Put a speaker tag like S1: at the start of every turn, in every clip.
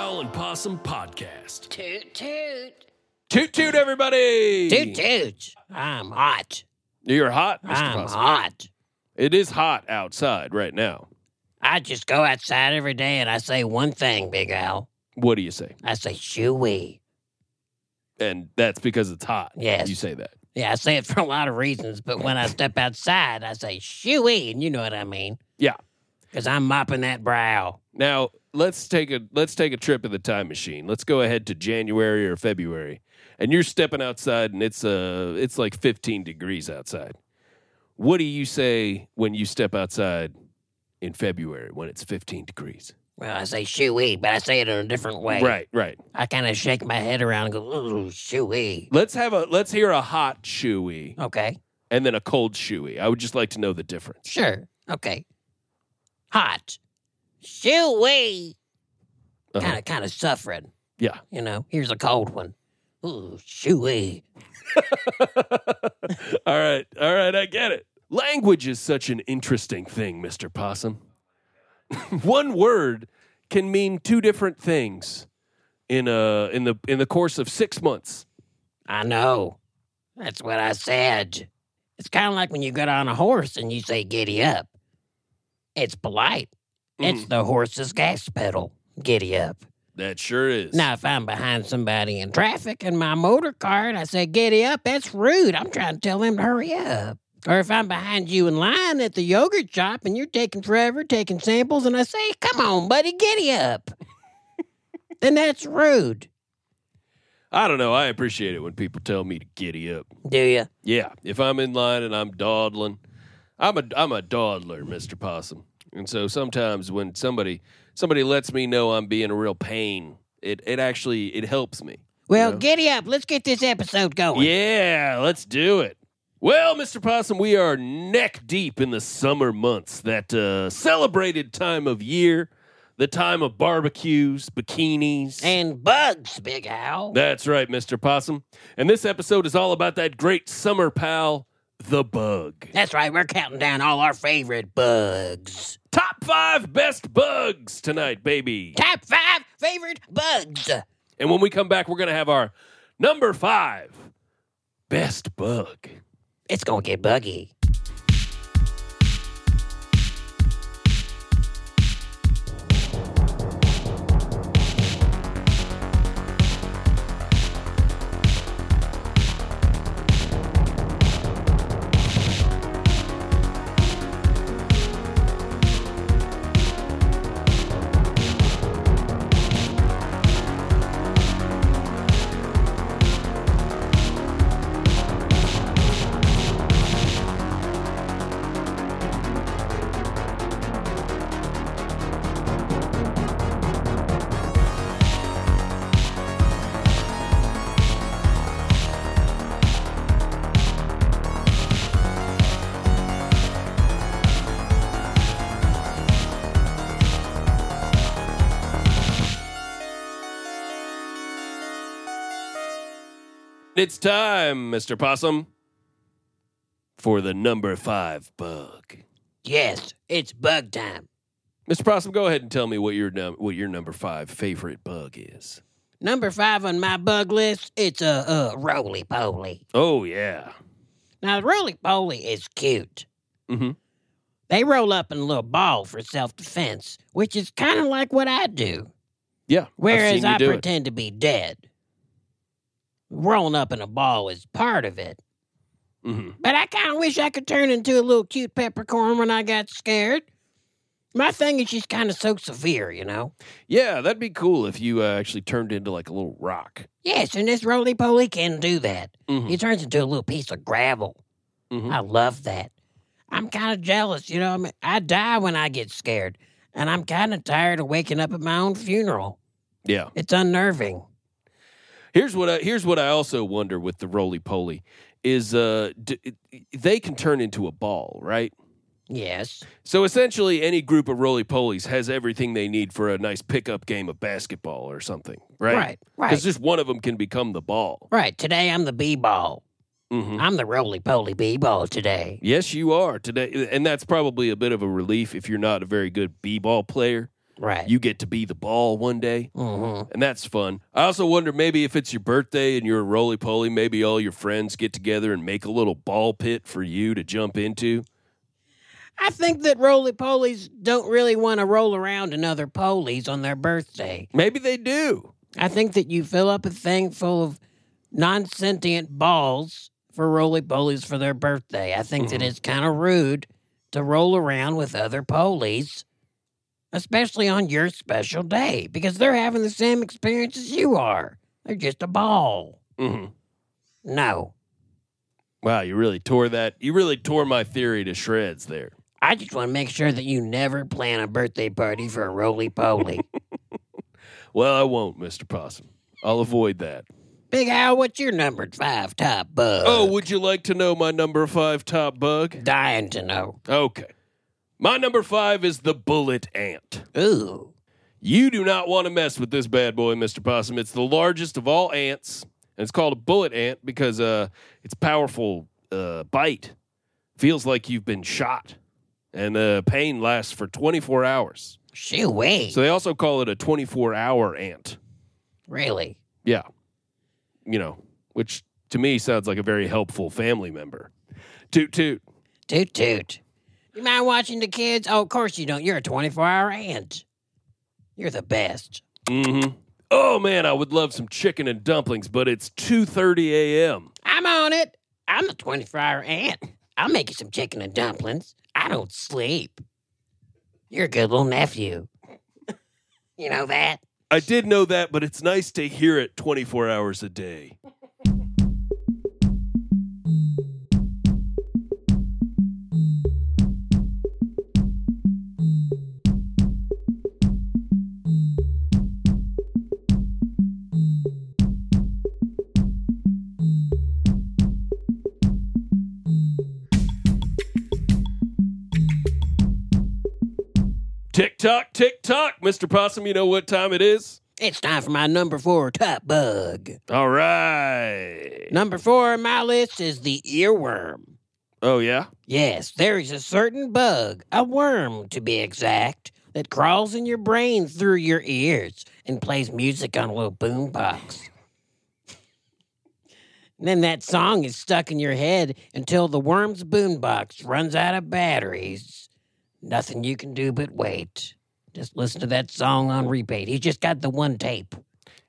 S1: Awesome Podcast.
S2: Toot toot.
S1: Toot toot, everybody!
S2: Toot toot. I'm hot.
S1: You're hot, mister
S2: I'm
S1: Possum.
S2: hot.
S1: It is hot outside right now.
S2: I just go outside every day and I say one thing, Big Al.
S1: What do you say?
S2: I say shooey.
S1: And that's because it's hot.
S2: Yes.
S1: You say that.
S2: Yeah, I say it for a lot of reasons, but when I step outside, I say shooey, and you know what I mean.
S1: Yeah.
S2: Because I'm mopping that brow.
S1: Now let's take a let's take a trip in the time machine. Let's go ahead to January or February, and you're stepping outside, and it's uh it's like 15 degrees outside. What do you say when you step outside in February when it's 15 degrees?
S2: Well, I say shooey, but I say it in a different way.
S1: Right, right.
S2: I kind of shake my head around and go, ooh, shooey.
S1: Let's have a let's hear a hot shoey
S2: Okay,
S1: and then a cold shoey. I would just like to know the difference.
S2: sure. Okay. Hot. Shooey.
S1: Uh-huh.
S2: Kind of, kind of suffering.
S1: Yeah.
S2: You know, here's a cold one. Ooh, shooey.
S1: all right, all right, I get it. Language is such an interesting thing, Mr. Possum. One word can mean two different things in uh in the in the course of 6 months.
S2: I know. That's what I said. It's kind of like when you get on a horse and you say, giddy up. It's polite. It's
S1: Mm.
S2: the horse's gas pedal. Giddy up.
S1: Mm-hmm. That sure is.
S2: Now, if I'm behind somebody in traffic in my motor car and I say, giddy up, that's rude. I'm trying to tell them to hurry up. Or if I'm behind you in line at the yogurt shop and you're taking forever taking samples and I say, come on, buddy, giddy up, then that's rude.
S1: I don't know, I appreciate it when people tell me to giddy up.
S2: Do you?
S1: Yeah, if I'm in line and I'm dawdling, I'm a I'm a dawdler, Mr. Possum. And so sometimes when somebody somebody lets me know I'm being a real pain, it it actually it helps me.
S2: Well,
S1: Yeah.
S2: giddy up. Let's get this episode going.
S1: Yeah, let's do it. Well, Mr. Possum, we are neck deep in the summer months, that uh, celebrated time of year, the time of barbecues, bikinis.
S2: And bugs, Big Al.
S1: That's right, Mr. Possum. And this episode is all about that great summer pal, the bug.
S2: That's right. We're counting down all our favorite bugs.
S1: Top five best bugs tonight, baby.
S2: Top five favorite bugs.
S1: And when we come back, we're going to have our number five best bug.
S2: It's going to get buggy.
S1: It's time, Mr. Possum, for the number five bug.
S2: Yes, it's bug time.
S1: Mr. Possum, go ahead and tell me what your num- what your number five favorite bug is.
S2: Number five on my bug list, it's a, a roly poly.
S1: Oh yeah,
S2: Now, the roly poly is cute.
S1: hmm
S2: They roll up in a little ball for self defense, which is kind of like what I do,
S1: yeah. I've seen
S2: whereas
S1: you
S2: I
S1: do it.
S2: pretend to be dead. Rolling up in a ball is part of it.
S1: Mhm.
S2: But I kind of wish I could turn into a little cute peppercorn when I got scared. My thing is, she's kind of so severe, you know?
S1: Yeah, that'd be cool if you uh, actually turned into like a little rock.
S2: Yes, and this roly poly can do that.
S1: Mhm.
S2: He turns into a little piece of gravel.
S1: Mhm.
S2: I love that. I'm kind of jealous, you know? I, mean, I die when I get scared, and I'm kind of tired of waking up at my own funeral.
S1: Yeah.
S2: It's unnerving.
S1: Here's what I, here's what I also wonder with the roly poly is uh d- they can turn into a ball, right?
S2: Yes.
S1: So essentially, any group of roly polies has everything they need for a nice pickup game of basketball or something, right?
S2: Right.
S1: Because
S2: Right.
S1: just one of them can become the ball.
S2: right. Today, I'm the bee ball.
S1: hmm
S2: I'm the roly poly bee ball today.
S1: Yes, you are today, and that's probably a bit of a relief if you're not a very good b-ball player.
S2: Right.
S1: You get to be the ball one day,
S2: mm-hmm.
S1: and that's fun. I also wonder maybe if it's your birthday and you're a roly poly, maybe all your friends get together and make a little ball pit for you to jump into.
S2: I think that roly polies don't really want to roll around in other polies on their birthday.
S1: Maybe they do.
S2: I think that you fill up a thing full of non sentient balls for roly polies for their birthday. I think that
S1: Mhm.
S2: it's kind of rude to roll around with other polies, especially on your special day, because they're having the same experience as you are. They're just a ball.
S1: hmm
S2: No.
S1: Wow, you really tore that. You really tore my theory to shreds there.
S2: I just want to make sure that you never plan a birthday party for a roly poly.
S1: Well, I won't, Mr. Possum. I'll avoid that.
S2: Big Al, what's your numbered five top bug?
S1: Oh, would you like to know my number five top bug?
S2: dying to know.
S1: Okay. My number five is the bullet ant.
S2: Ooh,
S1: You do not want to mess with this bad boy, Mr. Possum. It's the largest of all ants, and it's called a bullet ant because uh, its powerful uh, bite feels like you've been shot, and the pain lasts for 24 hours.
S2: shoo wee.
S1: So they also call it a 24 hour ant.
S2: really?
S1: Yeah. You know, which to me sounds like a very helpful family member. Toot toot.
S2: Toot toot. You mind watching the kids? Oh, of course you don't. You're a 24 hour aunt. You're the best.
S1: Mm-hmm. Oh man, I would love some chicken and dumplings, but it's 2:30 a.m.
S2: I'm on it. I'm the 24 hour aunt. I'll make you some chicken and dumplings. I don't sleep. You're a good little nephew. you know that?
S1: I did know that, but it's nice to hear it 24 hours a day. Tick tock, tick tock, Mr. Possum, you know what time it is?
S2: It's time for my number four top bug.
S1: All right.
S2: Number four on my list is the earworm.
S1: Oh yeah.
S2: Yes, there is a certain bug, a worm to be exact, that crawls in your brain through your ears and plays music on a little boombox. And then that song is stuck in your head until the worm's boombox runs out of batteries. Nothing you can do but wait. Just listen to that song on repeat. He's just got the one tape.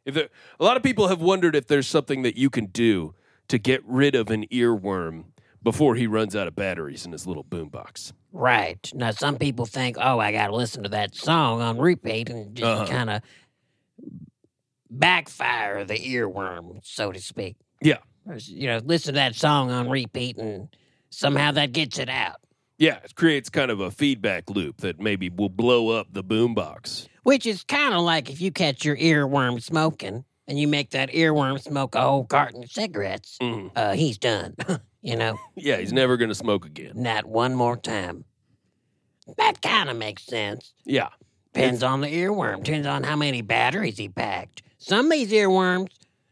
S1: If there, a lot of people have wondered if there's something that you can do to get rid of an earworm before he runs out of batteries in his little boombox.
S2: Right. Now, some people think, oh, I got to listen to that song on repeat and just
S1: Uh-huh.
S2: kind of backfire the earworm, so to speak.
S1: Yeah.
S2: Or s- You know, listen to that song on repeat and somehow that gets it out,
S1: Yeah, it creates kind of a feedback loop that maybe will blow up the boombox.
S2: which is kind of like if you catch your earworm smoking and you make that earworm smoke a whole carton of cigarettes,
S1: Mm.
S2: uh, he's done, you know?
S1: Yeah, he's never going to smoke again.
S2: Not one more time. That kind of makes sense.
S1: Yeah.
S2: Depends on the earworm. Depends on how many batteries he packed. Some of these earworms,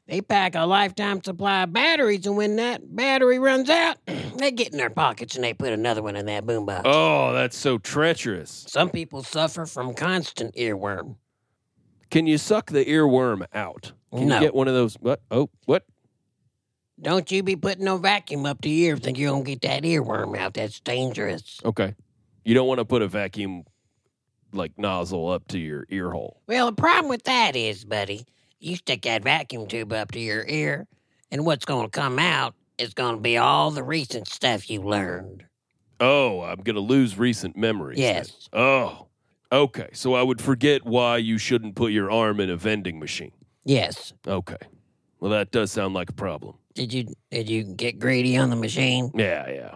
S2: they pack a lifetime supply of batteries, and when that battery runs out, they get in their pockets and they put another one in that boombox. box.
S1: Oh, that's so treacherous.
S2: Some people suffer from constant earworm.
S1: Can you suck the earworm out? Can
S2: No.
S1: you get one of those? What? Oh, what?
S2: Don't you be putting no vacuum up to your ear, think you're gonna get that earworm out. That's dangerous.
S1: Okay. You don't want to put a vacuum like nozzle up to your ear hole.
S2: Well, the problem with that is, buddy, you stick that vacuum tube up to your ear, and what's gonna come out is gonna be all the recent stuff you learned.
S1: Oh, I'm going to lose recent memories. then.
S2: Yes.
S1: Oh. Okay. So I would forget why you shouldn't put your arm in a vending machine.
S2: Yes.
S1: Okay. Well, that does sound like a problem.
S2: Did you did you get greedy on the machine?
S1: Yeah, yeah.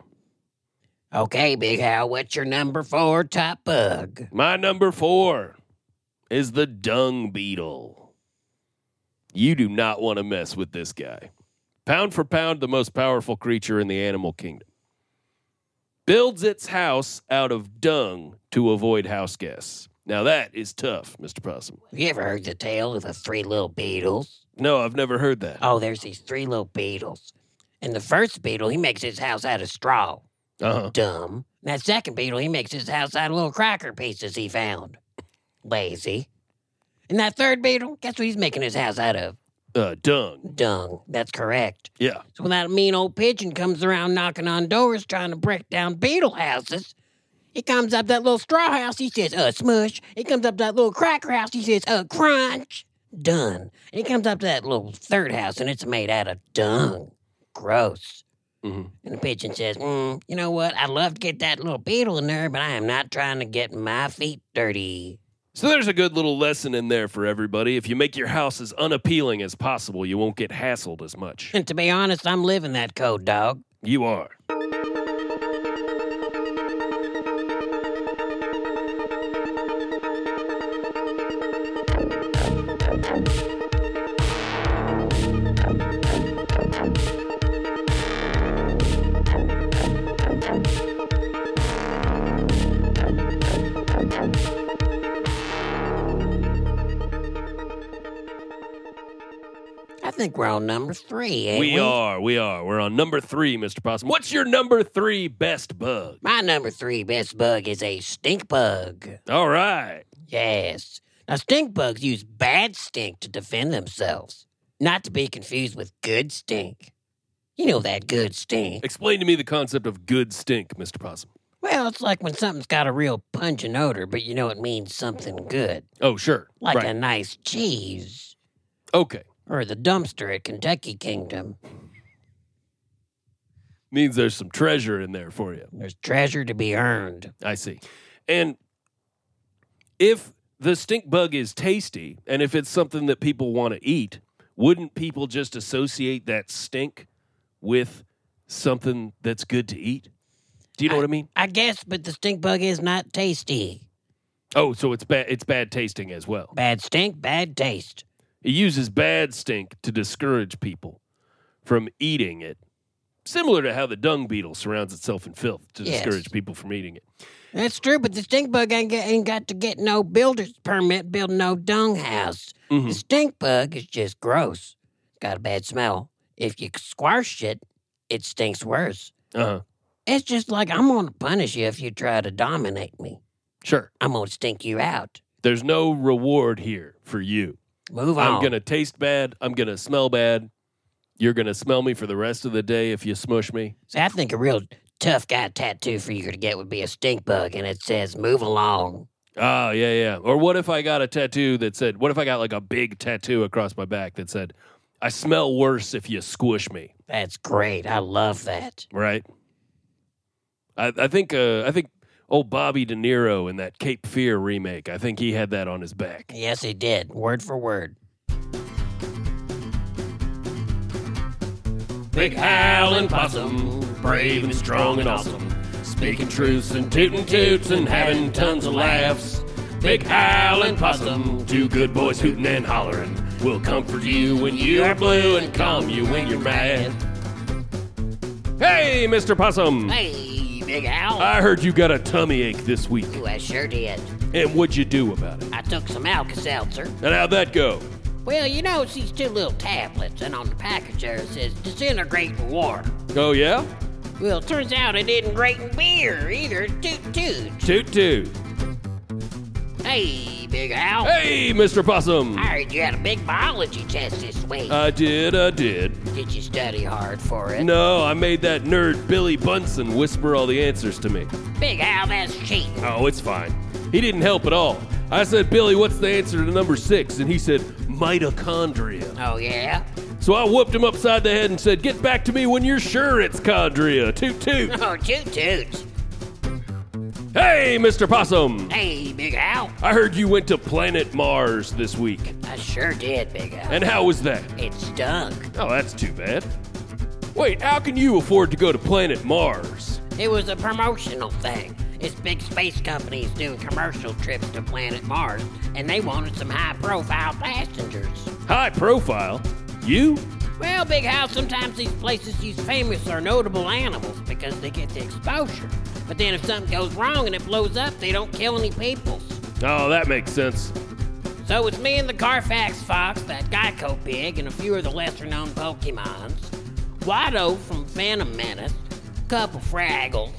S2: Okay, Big Hal, what's your number four top bug?
S1: My number four is the dung beetle. You do not want to mess with this guy. Pound for pound, the most powerful creature in the animal kingdom. Builds its house out of dung to avoid house guests. Now that is tough, Mr. Possum.
S2: Have you ever heard the tale of the three little beetles?
S1: No, I've never heard that.
S2: Oh, there's these three little beetles. And the first beetle, he makes his house out of straw.
S1: Uh-huh.
S2: Dumb. And that second beetle, he makes his house out of little cracker pieces he found. lazy. And that third beetle, guess what he's making his house out of?
S1: Uh, dung.
S2: Dung. That's correct.
S1: Yeah.
S2: So when that mean old pigeon comes around knocking on doors trying to break down beetle houses, he comes up that little straw house, he says, uh, smush. He comes up that little cracker house, he says, uh, crunch. Done. And he comes up to that little third house, and it's made out of dung. Gross.
S1: hmm
S2: And the pigeon says, mm, you know what? I'd love to get that little beetle in there, but I am not trying to get my feet dirty.
S1: So there's a good little lesson in there for everybody. If you make your house as unappealing as possible, you won't get hassled as much.
S2: And to be honest, I'm living that code, dog.
S1: You are.
S2: I think we're on number three, ain't we?
S1: We are. We are. We're on number three, Mr. Possum. What's your number three best bug?
S2: My number three best bug is a stink bug.
S1: All right.
S2: Yes. Now, stink bugs use bad stink to defend themselves, not to be confused with good stink. You know that good stink.
S1: Explain to me the concept of good stink, Mr. Possum.
S2: Well, it's like when something's got a real pungent odor, but you know it means something good,
S1: Oh, sure.
S2: like
S1: right.
S2: a nice cheese
S1: okay.
S2: or the dumpster at Kentucky Kingdom.
S1: Means there's some treasure in there for you.
S2: There's treasure to be earned.
S1: I see. And if the stink bug is tasty and if it's something that people want to eat, wouldn't people just associate that stink with something that's good to eat? Do you know what I mean?
S2: I guess, but the stink bug is not tasty.
S1: Oh, so it's bad it's bad tasting as well.
S2: Bad stink, bad taste.
S1: It uses bad stink to discourage people from eating it. Similar to how the dung beetle surrounds itself in filth to
S2: Yes.
S1: discourage people from eating it.
S2: That's true, but the stink bug ain't, get, ain't got to get no builder's permit, build no dung house.
S1: Mhm.
S2: The stink bug is just gross. Got a bad smell. If you squash it, it stinks worse.
S1: Uh-huh.
S2: It's just like I'm gonna punish you if you try to dominate me.
S1: Sure.
S2: I'm gonna stink you out.
S1: There's no reward here for you.
S2: Move on.
S1: I'm going to taste bad. I'm going to smell bad. You're going to smell me for the rest of the day if you smush me.
S2: See, I think a real tough guy tattoo for you to get would be a stink bug, and it says "Move along."
S1: Oh, yeah, yeah. Or what if I got a tattoo that said, what if I got like a big tattoo across my back that said, I smell worse if you squish me,
S2: That's great. I love that.
S1: right? I, I think, uh, I think old Bobby De Niro in that Cape Fear remake, I think he had that on his back.
S2: Yes, he did, word for word.
S1: Big howling possum, brave and strong and awesome. Speaking truths and tootin' toots and having tons of laughs. Big howling possum, two good boys hootin' and hollerin'. Will comfort you when you are blue and calm you when you're mad. Hey, Mr. Possum!
S2: Hey, Big Al.
S1: I heard you got a tummy ache this week.
S2: Ooh, I sure did.
S1: And what'd you do about it?
S2: I took some Alka-Seltzer.
S1: And how'd that go?
S2: Well, you know, it's these two little tablets, and on the package there it says disintegrate in water.
S1: Oh, yeah?
S2: Well, it turns out it isn't great in beer either. Toot toot.
S1: Toot toot.
S2: Hey, Big Al.
S1: Hey, Mr. Possum!
S2: I heard you had a big biology test this week.
S1: I did, I did.
S2: did you study hard for it?
S1: Uh. No, I made that nerd Billy Bunsen whisper all the answers to me.
S2: Big Al, that's cheating.
S1: Oh, it's fine. He didn't help at all. I said, Billy, what's the answer to number six? And he said, mitochondria.
S2: Oh, yeah?
S1: So I whooped him upside the head and said, Get back to me when you're sure it's chondria. Toot toot.
S2: Oh, toot toots.
S1: hey, Mr. Possum!
S2: Hey, Big Al.
S1: I heard you went to planet Mars this week.
S2: I sure did, Big Al.
S1: And how was that?
S2: It stunk.
S1: Oh, that's too bad. Wait, how can you afford to go to planet Mars?
S2: It was a promotional thing. It's big space companies doing commercial trips to planet Mars, and they wanted some high profile passengers.
S1: High profile. You?
S2: Well, Big House, sometimes these places use famous or notable animals because they get the exposure. But then if something goes wrong and it blows up, they don't kill any people.
S1: Oh, that makes sense.
S2: So it's me and the Carfax Fox, that Geico Pig, and a few of the lesser known Pokemons. Watto from Phantom Menace, couple Fraggle,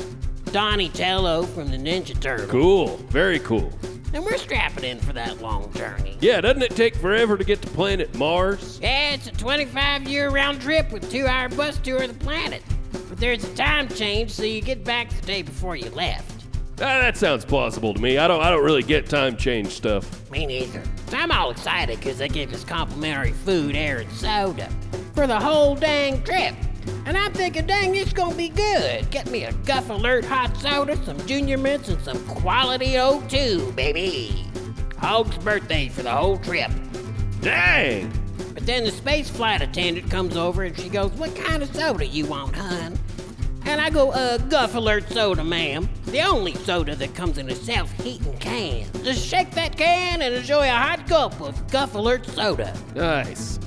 S2: Donatello from the Ninja Turtles.
S1: Cool. Very cool.
S2: and we're strapping in for that long journey.
S1: Yeah, doesn't it take forever to get to planet Mars?
S2: Yeah, it's a 25 year round trip with two hour bus tour of the planet. But there's a time change, so you get back the day before you left.
S1: Ah, that sounds plausible to me. I don't I don't really get time change stuff.
S2: Me neither. So I'm all excited because they give us complimentary food, air, and soda for the whole dang trip. And I'm thinking, dang, this gonna be good. Get me a Guff Alert hot soda, some Junior Mints, and some quality O2, baby. Hog's birthday for the whole trip.
S1: Dang!
S2: But then the space flight attendant comes over and she goes, What kind of soda you want, hun? And I go, uh, Guff Alert soda, ma'am. The only soda that comes in a self heating can. Just shake that can and enjoy a hot gulp of Guff Alert soda.
S1: Nice.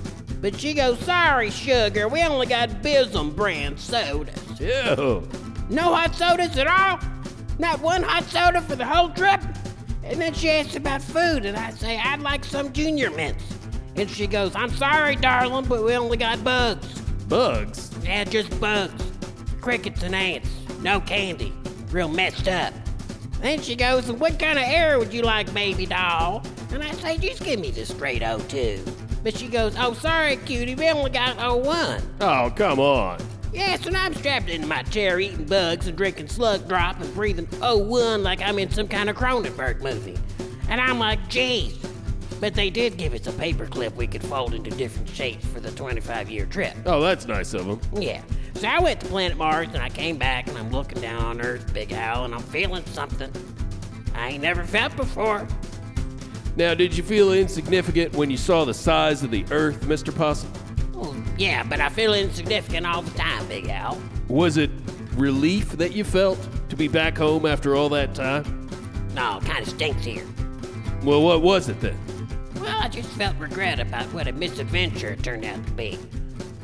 S2: But she goes, Sorry, sugar, we only got Bism brand sodas.
S1: Ew.
S2: No hot sodas at all? Not one hot soda for the whole trip? And then she asks about food, and I say, I'd like some junior mints. And she goes, I'm sorry, darling, but we only got bugs.
S1: Bugs.
S2: Yeah, just bugs. Crickets and ants. No candy. Real messed up. Then she goes, and What kind of air would you like, baby doll? And I say, Just give me the straight O2. But she goes, Oh, sorry, cutie, we only got O1.
S1: Oh, come on.
S2: Yes, and I'm strapped into my chair eating bugs and drinking slug drop and breathing O1 like I'm in some kind of Cronenberg movie. And I'm like, geez. But they did give us a paperclip we could fold into different shapes for the 25 year trip.
S1: Oh, that's nice of him.
S2: Yeah. So I went to planet Mars and I came back and I'm looking down on Earth, Big Al, and I'm feeling something I ain't never felt before.
S1: Now, did you feel insignificant when you saw the size of the Earth, Mr. Possum?
S2: Well, Oh, yeah, but I feel insignificant all the time, Big Al.
S1: Was it relief that you felt to be back home after all that time?
S2: No, kind of stinks here.
S1: Well, what was it then?
S2: Well, I just felt regret about what a misadventure it turned out to be.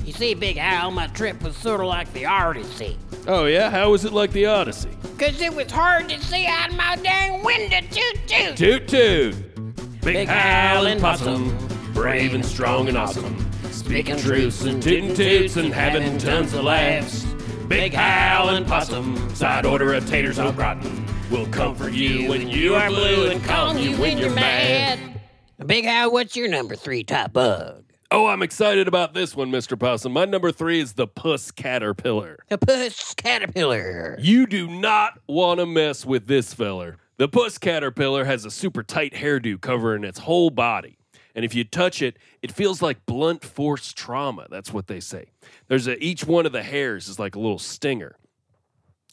S2: You see, Big Al, my trip was sort of like the Odyssey.
S1: Oh, yeah? How was it like the Odyssey?
S2: Cause it was hard to see out my dang window, toot toot!
S1: Toot toot!
S2: Big Hal and Possum,
S1: brave and strong and awesome. Speaking truths and tootin' toots and having tons of laughs. Big Hal and Possum, side order of taters au gratin. We'll comfort you when you are blue and calm you when you're mad.
S2: Big Al, what's your number three top bug?
S1: Oh, I'm excited about this one, Mr. Possum. My number three is the puss caterpillar.
S2: A puss caterpillar.
S1: You do not want to mess with this feller. The puss caterpillar has a super tight hairdo covering its whole body. And if you touch it, it feels like blunt force trauma. That's what they say. There's a, each one of the hairs is like a little stinger.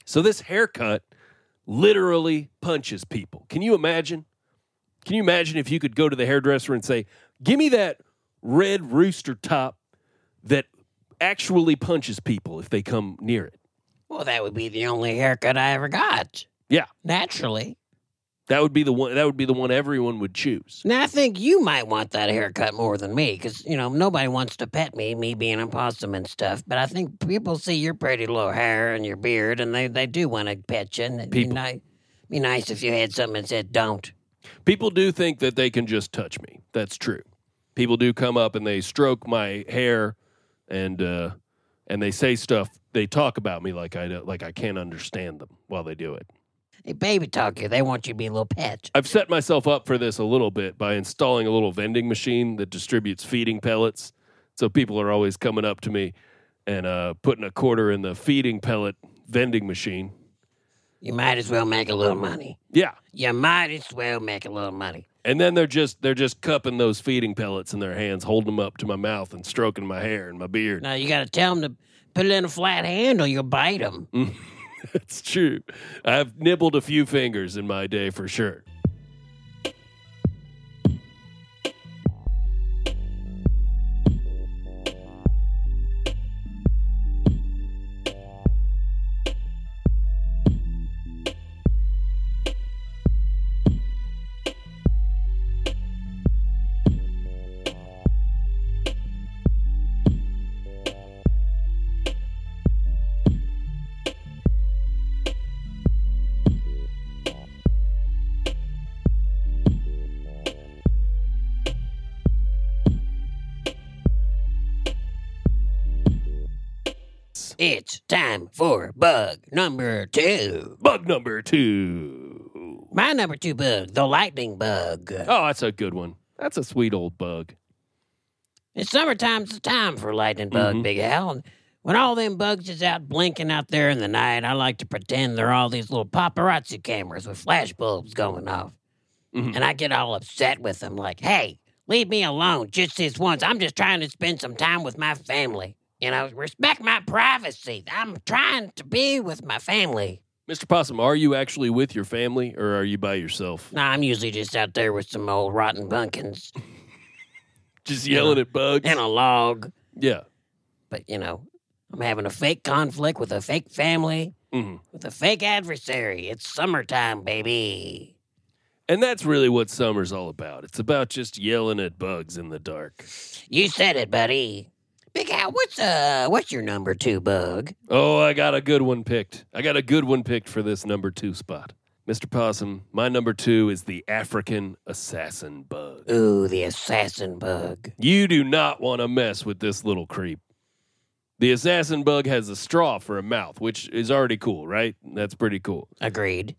S1: So this haircut literally punches people. Can you imagine? Can you imagine if you could go to the hairdresser and say, "Give me that red rooster top that actually punches people if they come near it."
S2: Well, that would be the only haircut I ever got.
S1: Yeah.
S2: Naturally.
S1: That would be the one. That would be the one everyone would choose.
S2: Now, I think you might want that haircut more than me, 'cause you know, nobody wants to pet me, me being a possum and stuff. But I think people see your pretty little hair and your beard, and they, they do want to pet you. And it'd be,
S1: People.
S2: ni- be nice if you had something that said don't.
S1: People do think that they can just touch me. That's true. People do come up and they stroke my hair, and uh, and they say stuff. They talk about me like I don't- like I can't understand them while they do it.
S2: They baby talk you. They want you to be a little pet.
S1: I've set myself up for this a little bit by installing a little vending machine that distributes feeding pellets. So people are always coming up to me and uh, putting a quarter in the feeding pellet vending machine.
S2: You might as well make a little money.
S1: Yeah,
S2: You might as well make a little money.
S1: And then they're just they're just cupping those feeding pellets in their hands, holding them up to my mouth and stroking my hair and my beard.
S2: Now, you got to tell them to put it in a flat hand or you'll bite them.
S1: It's true. I've nibbled a few fingers in my day for sure.
S2: It's time for bug number two.
S1: Bug number two.
S2: My number two bug, the lightning bug.
S1: Oh, that's a good one. That's a sweet old bug.
S2: It's summertime's the time for lightning bug,
S1: Mhm.
S2: Big Al. And when all them bugs is out blinking out there in the night, I like to pretend they're all these little paparazzi cameras with flash bulbs going off.
S1: Mhm.
S2: And I get all upset with them, like, hey, leave me alone just this once. I'm just trying to spend some time with my family. You know, respect my privacy. I'm trying to be with my family.
S1: Mr. Possum, are you actually with your family or are you by yourself?
S2: Nah, I'm usually just out there with some old rotten pumpkins
S1: Just yelling at bugs?
S2: and a log.
S1: Yeah.
S2: But, you know, I'm having a fake conflict with a fake family.
S1: hmm
S2: with a fake adversary. It's summertime, baby.
S1: And that's really what summer's all about. It's about just yelling at bugs in the dark.
S2: You said it, buddy. Big Al, what's uh, what's your number two bug?
S1: Oh, I got a good one picked. I got a good one picked for this number two spot. Mr. Possum, my number two is the African assassin bug.
S2: Ooh, the assassin bug.
S1: You do not want to mess with this little creep. The assassin bug has a straw for a mouth, which is already cool, right? That's pretty cool.
S2: Agreed.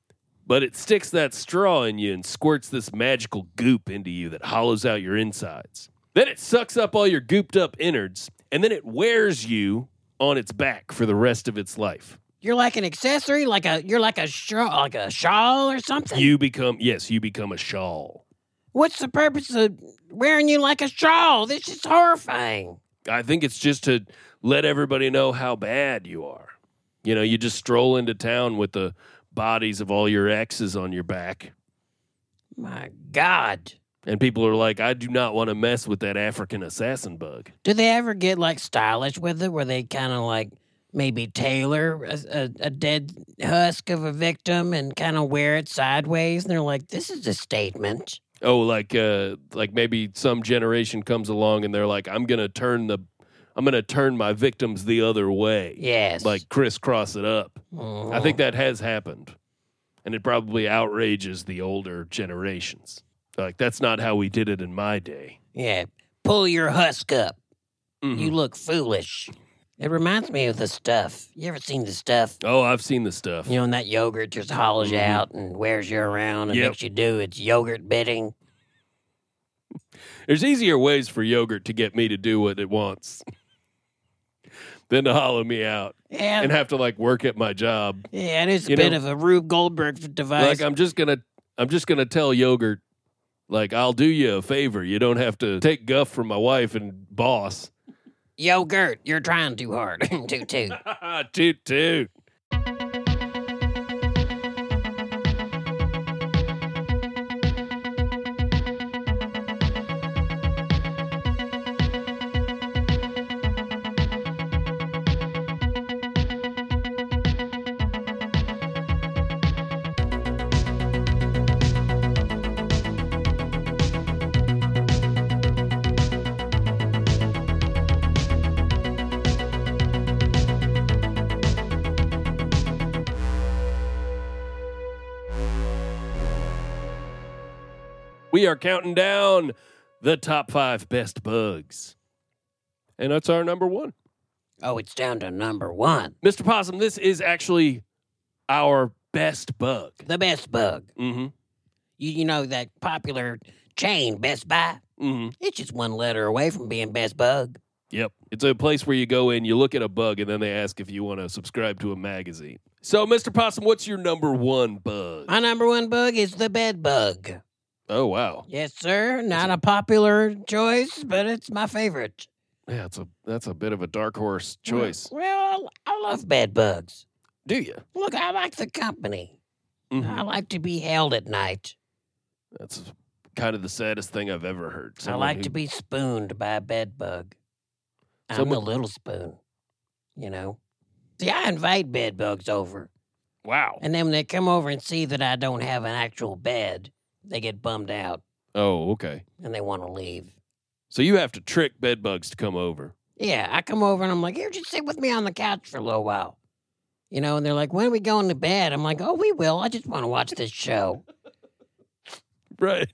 S1: But it sticks that straw in you and squirts this magical goop into you that hollows out your insides. Then it sucks up all your gooped up innards, and then it wears you on its back for the rest of its life.
S2: You're like an accessory, like a you're like a shawl, like a shawl or something.
S1: You become, yes, you become a shawl.
S2: what's the purpose of wearing you like a shawl? This is horrifying.
S1: I think it's just to let everybody know how bad you are. You know, you just stroll into town with the bodies of all your exes on your back,
S2: My God.
S1: and people are like, I do not want to mess with that African assassin bug.
S2: Do they ever get like stylish with it, where they kind of like maybe tailor a, a, a dead husk of a victim and kind of wear it sideways? And they're like, "This is a statement."
S1: Oh, like uh like maybe some generation comes along and they're like, I'm gonna turn the I'm gonna turn my victims the other way.
S2: Yes,
S1: Like crisscross it up.
S2: Mhm.
S1: I think that has happened. And it probably outrages the older generations. Like that's not how we did it in my day.
S2: yeah, pull your husk up.
S1: Mhm.
S2: You look foolish. It reminds me of the stuff. You ever seen the stuff?
S1: oh, I've seen the stuff.
S2: You know, and that yogurt just hollows you
S1: Mhm.
S2: out and wears you around and
S1: Yep.
S2: makes you do its yogurt bidding.
S1: There's easier ways for yogurt to get me to do what it wants than to hollow me out
S2: Yeah,
S1: and have to like work at my job.
S2: yeah, it is a
S1: you
S2: bit
S1: know-
S2: of a Rube Goldberg device.
S1: Like um I'm just gonna I'm just gonna tell yogurt, like I'll do you a favor. You don't have to take guff from my wife and boss.
S2: yogurt, you're trying too hard. too, too.
S1: toot toot. We are counting down the top five best bugs. And that's our number one.
S2: Oh, it's down to number one.
S1: Mr. Possum, this is actually our best bug.
S2: The best bug.
S1: Mm-hmm.
S2: You, you know that popular chain, Best Buy?
S1: Mm-hmm.
S2: It's just one letter away from being best bug.
S1: Yep. It's a place where you go in, you look at a bug, and then they ask if you want to subscribe to a magazine. So, Mr. Possum, what's your number one bug?
S2: My number one bug is the bed bug.
S1: Oh, wow.
S2: Yes, sir. Not a popular choice, but it's my favorite. Mm,
S1: Yeah, it's a, that's a bit of a dark horse choice.
S2: Well, I love bed bugs.
S1: Do you?
S2: Look, I like the company. I like to be held at night.
S1: That's kind of the saddest thing I've ever heard. Someone
S2: I like
S1: who-
S2: to be spooned by a bed bug. I'm
S1: Someone-
S2: a little spoon, you know. See, I invite bed bugs over,
S1: Wow.
S2: and then when they come over and see that I don't have an actual bed, they get bummed out
S1: Oh, okay.
S2: and they want to leave.
S1: So you have to trick bed bugs to come over.
S2: Yeah, I come over and I'm like, here, just sit with me on the couch for a little while. You know, and they're like, when are we going to bed? I'm like, oh, we will. I just want to watch this show.
S1: Right.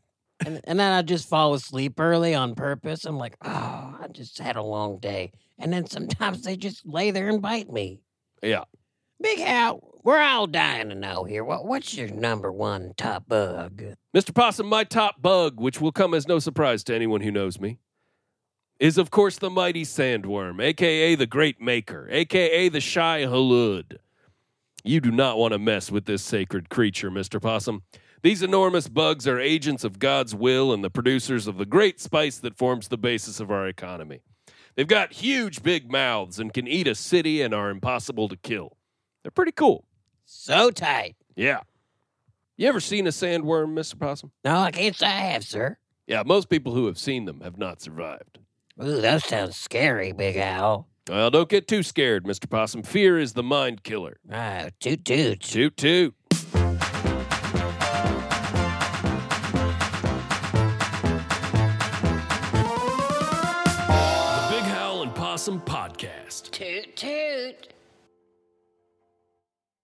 S2: and, and then I just fall asleep early on purpose. I'm like, oh, I just had a long day. And then sometimes they just lay there and bite me.
S1: Yeah.
S2: Big Hal, we're all dying to know here. What, what's your number one top bug?
S1: Mr. Possum, my top bug, which will come as no surprise to anyone who knows me, is of course the mighty sandworm, aka the Great Maker, aka the Shy Halud. You do not want to mess with this sacred creature, Mr. Possum. These enormous bugs are agents of God's will and the producers of the great spice that forms the basis of our economy. They've got huge, big mouths and can eat a city and are impossible to kill. They're pretty cool.
S2: So tight.
S1: Yeah. You ever seen a sandworm, Mr. Possum?
S2: No, I can't say I have, sir.
S1: Yeah, most people who have seen them have not survived.
S2: Ooh, that sounds scary, Big Owl.
S1: Well, don't get too scared, Mr. Possum. Fear is the mind killer.
S2: Oh, toot toot.
S1: Toot toot. The Big Howl and Possum Podcast.
S2: Toot toot.